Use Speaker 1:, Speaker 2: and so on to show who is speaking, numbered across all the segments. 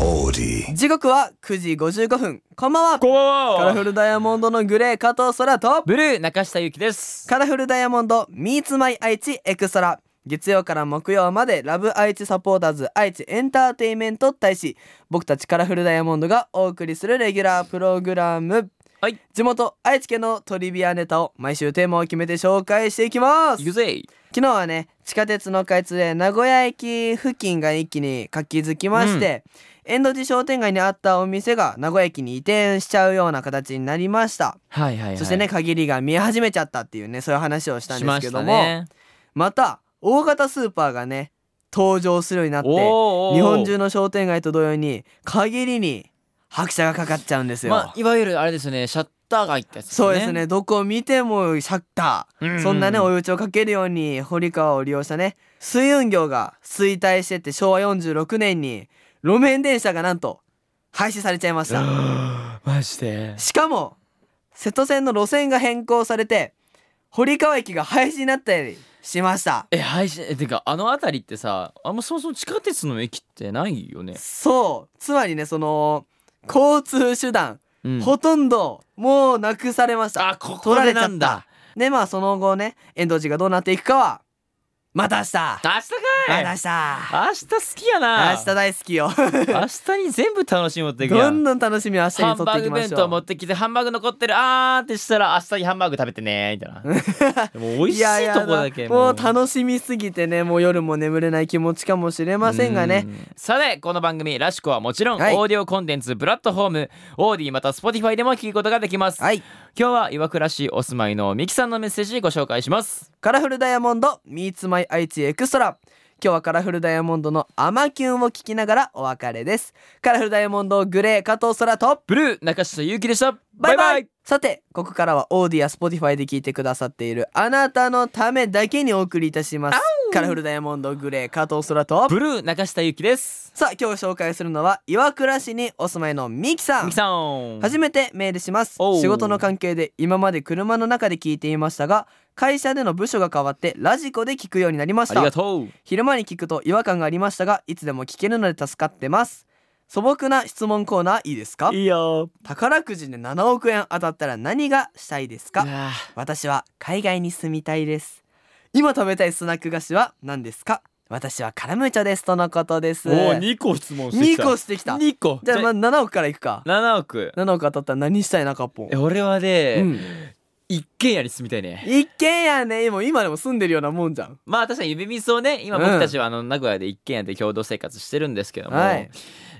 Speaker 1: オーディ
Speaker 2: 時刻は9時55分こんばんは
Speaker 3: こん
Speaker 2: カ
Speaker 3: ば
Speaker 2: ラ
Speaker 3: ん
Speaker 2: フ
Speaker 3: は
Speaker 2: ルダイヤモンドのグレー加藤空と
Speaker 3: ブルー中下ゆきです
Speaker 2: カラフルダイヤモンド Meets My 愛知エクストラ月曜から木曜までラブ愛知サポーターズ愛知エンターテイメント大使僕たちカラフルダイヤモンドがお送りするレギュラープログラム
Speaker 3: はい
Speaker 2: 地元愛知県のトリビアネタを毎週テーマを決めて紹介していきます
Speaker 3: 行くぜ
Speaker 2: 昨日はね地下鉄の開通で名古屋駅付近が一気に活気づきまして、遠路寺商店街にあったお店が名古屋駅に移転しちゃうような形になりました、
Speaker 3: はいはいはい
Speaker 2: そしてね限りが見え始めちゃったっていうねそういう話をしたん
Speaker 3: し
Speaker 2: で
Speaker 3: ます
Speaker 2: け
Speaker 3: し
Speaker 2: ど
Speaker 3: た
Speaker 2: も
Speaker 3: ね
Speaker 2: また大型スーパーがね登場するようになって
Speaker 3: おーおー
Speaker 2: 日本中の商店街と同様に限りに拍車がかかっちゃうんですよ、
Speaker 3: まあいわゆるあれですねシャッター街ってやつ
Speaker 2: そうですねどこを見てもシャッター、
Speaker 3: うん
Speaker 2: そんなね追い打ちをかけるように堀川を利用したね水運業が衰退してって昭和46年に路面電車がなんと廃止されちゃいました
Speaker 3: マジで
Speaker 2: しかも瀬戸線の路線が変更されて堀川駅が廃止になったりしました
Speaker 3: え配信えてかあの辺りってさあんまそもそも地下鉄の駅ってないよね、
Speaker 2: そうつまりねその交通手段、
Speaker 3: うん
Speaker 2: ほとんどもうなくされました
Speaker 3: あここでなんだ
Speaker 2: でまあその後ね遠藤寺がどうなっていくかはまた明日
Speaker 3: 明日
Speaker 2: ま
Speaker 3: かい
Speaker 2: た
Speaker 3: 明
Speaker 2: 明日
Speaker 3: 日好きやな
Speaker 2: 明日大好きよ
Speaker 3: 明日に全部楽しみ持っていくや
Speaker 2: どん
Speaker 3: ん
Speaker 2: どん楽しみを明日
Speaker 3: ハ
Speaker 2: に
Speaker 3: ン
Speaker 2: とっ
Speaker 3: バ
Speaker 2: て
Speaker 3: ー
Speaker 2: いき
Speaker 3: グ
Speaker 2: ま
Speaker 3: 弁
Speaker 2: し
Speaker 3: 当
Speaker 2: ょ
Speaker 3: 持っ
Speaker 2: う
Speaker 3: てきてハンバーグ残ってるあーってしたら明日にハンバーグ食べてねみたいな でも美味しいとこだけ
Speaker 2: いやいやもう楽しみすぎてねもう夜も眠れない気持ちかもしれませんがね
Speaker 3: うんさてこの番組ラシコはもちろん、
Speaker 2: はい
Speaker 3: オーディオコンテンツプラットフォームオーディまた Spotify でも聞くことができます、
Speaker 2: はい
Speaker 3: 今日は岩倉市お住まいのミキさんのメッセージご紹介します
Speaker 2: カラフルダイヤモンド Meets My 愛知エクストラ今日はカラフルダイヤモンドの「アマキュン」を聞きながらお別れですカラフルダイヤモンドグレー加藤空と
Speaker 3: ブルー中下ゆうきでした
Speaker 2: バ
Speaker 3: バ
Speaker 2: イ
Speaker 3: イ
Speaker 2: バイ
Speaker 3: バイ
Speaker 2: さてここからはオーディやスポティファイで聞いてくださっているあなたのためだけにお送りいたしますカラフルダイヤモンドグレー加藤空と
Speaker 3: ブルー中下ゆうきです
Speaker 2: さあ今日紹介するのは岩倉市にお住まいのミキさん
Speaker 3: ミキさん
Speaker 2: 初めてメールします
Speaker 3: おう
Speaker 2: 仕事の関係で今まで車の中で聞いていましたが会社での部署が変わってラジコで聞くようになりまし
Speaker 3: あり
Speaker 2: た
Speaker 3: がとう
Speaker 2: 昼間に聞くと違和感がありましたがいつでも聞けるので助かってます素朴な質問コーナーいいですか
Speaker 3: いいよ
Speaker 2: 宝くじで7億円当たったら何がしたいですか
Speaker 3: あ
Speaker 2: 私は海外に住みたいです今食べたいスナック菓子は何ですか私はカラムーチョですとのことです
Speaker 3: 2個質問
Speaker 2: 2個してきた
Speaker 3: 2個
Speaker 2: じゃあまあ7億からいくか
Speaker 3: 7億
Speaker 2: 7億当たったら何したいなかっぽん
Speaker 3: え俺はね、
Speaker 2: うん
Speaker 3: 一軒家に住みたいね
Speaker 2: 一軒家ねもう今でも住んでるようなもんじゃん
Speaker 3: まあ確かに夢みそをね今
Speaker 2: うん
Speaker 3: 僕たちはあの名古屋で一軒家で共同生活してるんですけども、
Speaker 2: はい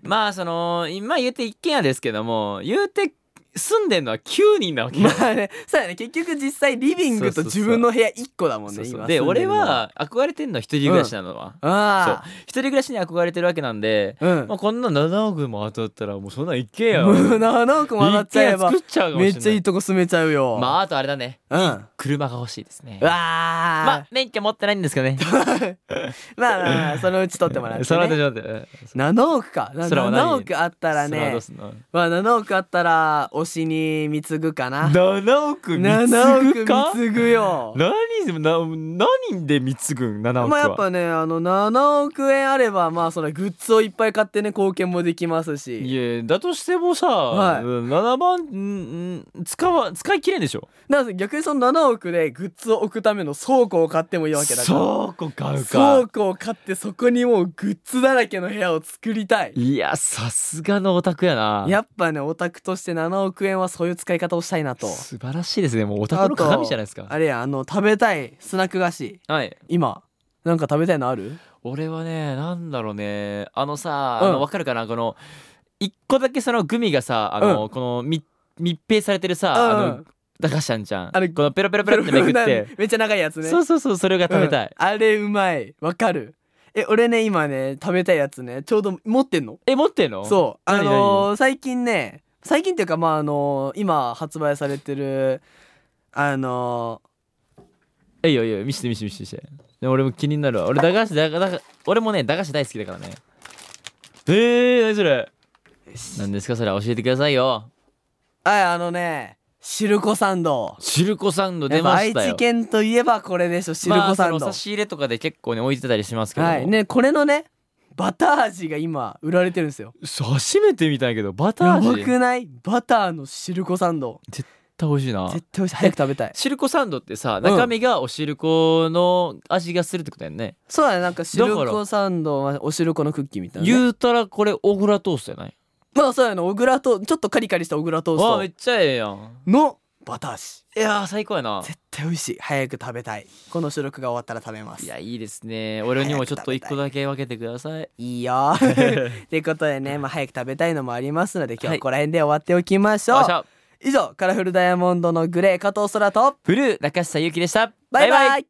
Speaker 3: まあその今言うて一軒家ですけども言うて住んでんのは9人なわけよ
Speaker 2: まあねそうやね結局実際リビングと自分の部屋1個だもん
Speaker 3: そ
Speaker 2: ね
Speaker 3: うそう
Speaker 2: 今
Speaker 3: で
Speaker 2: 住ん
Speaker 3: 俺
Speaker 2: るの
Speaker 3: は憧れてんのは一人暮らしなのは、そう
Speaker 2: あ
Speaker 3: 一人暮らしに憧れてるわけなんで、
Speaker 2: あうん
Speaker 3: まあ、こんな7億も当たったらもうそんなん一軒家
Speaker 2: も
Speaker 3: を
Speaker 2: う7億 も当たっ
Speaker 3: 一
Speaker 2: ちゃ
Speaker 3: 軒
Speaker 2: え
Speaker 3: 家
Speaker 2: ば
Speaker 3: 作っちゃうかもしれない
Speaker 2: めっちゃいいとこ住めちゃうよ
Speaker 3: まああとあれだね
Speaker 2: うんわ
Speaker 3: 車が欲しいですねま
Speaker 2: あ
Speaker 3: あ免許持ってないんですけどね
Speaker 2: まあま あそのうち取ってもらって、
Speaker 3: その後
Speaker 2: ね、
Speaker 3: ちょっと待って
Speaker 2: 7億かな
Speaker 3: それは何
Speaker 2: 7億あったら
Speaker 3: それはど
Speaker 2: ね
Speaker 3: うすんの
Speaker 2: まあ7億あったら推しに貢ぐかな
Speaker 3: 7億
Speaker 2: 7億
Speaker 3: か
Speaker 2: 貢ぐよ
Speaker 3: 何でもな何で貢ぐん7億は、
Speaker 2: まあやっぱねあの7億円あればまあそのグッズをいっぱい買ってね貢献もできますし
Speaker 3: いやだとしてもさ、
Speaker 2: はい
Speaker 3: 7万んん使わ使い切れんでしょ
Speaker 2: なので逆にその7億でグッズを置くための倉庫を買ってもいいわけだから
Speaker 3: 倉庫買う
Speaker 2: 倉
Speaker 3: か
Speaker 2: 庫を買ってそこにもうグッズだらけの部屋を作りたい
Speaker 3: いやさすがのオタクやな
Speaker 2: やっぱねオタクとして7億円はそういう使い方をしたいなと
Speaker 3: 素晴らしいですねもうオタクの鏡じゃないです
Speaker 2: あと
Speaker 3: か
Speaker 2: あれやあの食べたいスナック菓子
Speaker 3: はい
Speaker 2: 今なんか食べたいのある
Speaker 3: 俺はねなんだろうねあのさ、
Speaker 2: うん
Speaker 3: あの分かるかなこの1個だけそのグミがさあの、この密密閉されてる
Speaker 2: う
Speaker 3: さ、
Speaker 2: ん
Speaker 3: あの駄菓子あんじゃん
Speaker 2: あれ
Speaker 3: このペロペロペロっ てめくって
Speaker 2: めっちゃ長いやつね
Speaker 3: そうそうそうそれが食べたい、
Speaker 2: うんあれうまいわかるえ俺ね今ね食べたいやつねちょうど持ってんの
Speaker 3: え持ってんの
Speaker 2: そうあ
Speaker 3: 何
Speaker 2: のー最近ね最近っていうかまああのー今発売されてるあの
Speaker 3: えいよいいよ見して見して見して見してでも俺も気になるわ俺駄菓子駄菓子俺もね駄菓子大好きだからねえー、何それ何ですかそれ教えてくださいよ
Speaker 2: ーはいあのねシルコサンド
Speaker 3: シルコサンド
Speaker 2: や
Speaker 3: 出
Speaker 2: っぱ
Speaker 3: ま
Speaker 2: 愛
Speaker 3: したよ
Speaker 2: 知県といえばこれでしょシルコサン
Speaker 3: まあ、そ
Speaker 2: ド、
Speaker 3: の差し入れとかで結構ね置いてたりしますけども、
Speaker 2: はいねこれのねバター味が今売られてるんですよ
Speaker 3: 初めて見たんやけどバター
Speaker 2: や
Speaker 3: 味
Speaker 2: ば
Speaker 3: 絶
Speaker 2: くないバターのシルコサンド
Speaker 3: 対美味しいな
Speaker 2: 絶対美味しい早く食べたい
Speaker 3: シルコサンドってさ中身がおしるこの味がするってことやんね、
Speaker 2: そうだねなんかシルコサンドはおしるこのクッキーみたいな、ね、
Speaker 3: 言うたらこれオグラトーストやない
Speaker 2: まあそうやな小倉とちょっとカリカリした小倉ト
Speaker 3: わあめ
Speaker 2: ー
Speaker 3: っ
Speaker 2: ス
Speaker 3: ちゃええやん
Speaker 2: トのバター味
Speaker 3: いやー最高やな
Speaker 2: 絶対美味しい早く食べたいこの収録が終わったら食べます
Speaker 3: い
Speaker 2: い
Speaker 3: やいいですね俺にもちょっと一個だけ分けてください
Speaker 2: い よってことでね、まあ、早く食べたいのもありますので今日はここら辺で終わっておきましょう、
Speaker 3: よっしゃ
Speaker 2: 以上カラフルダイヤモンドのグレー加藤空と
Speaker 3: ブルー中下ゆうきでした
Speaker 2: バイバイ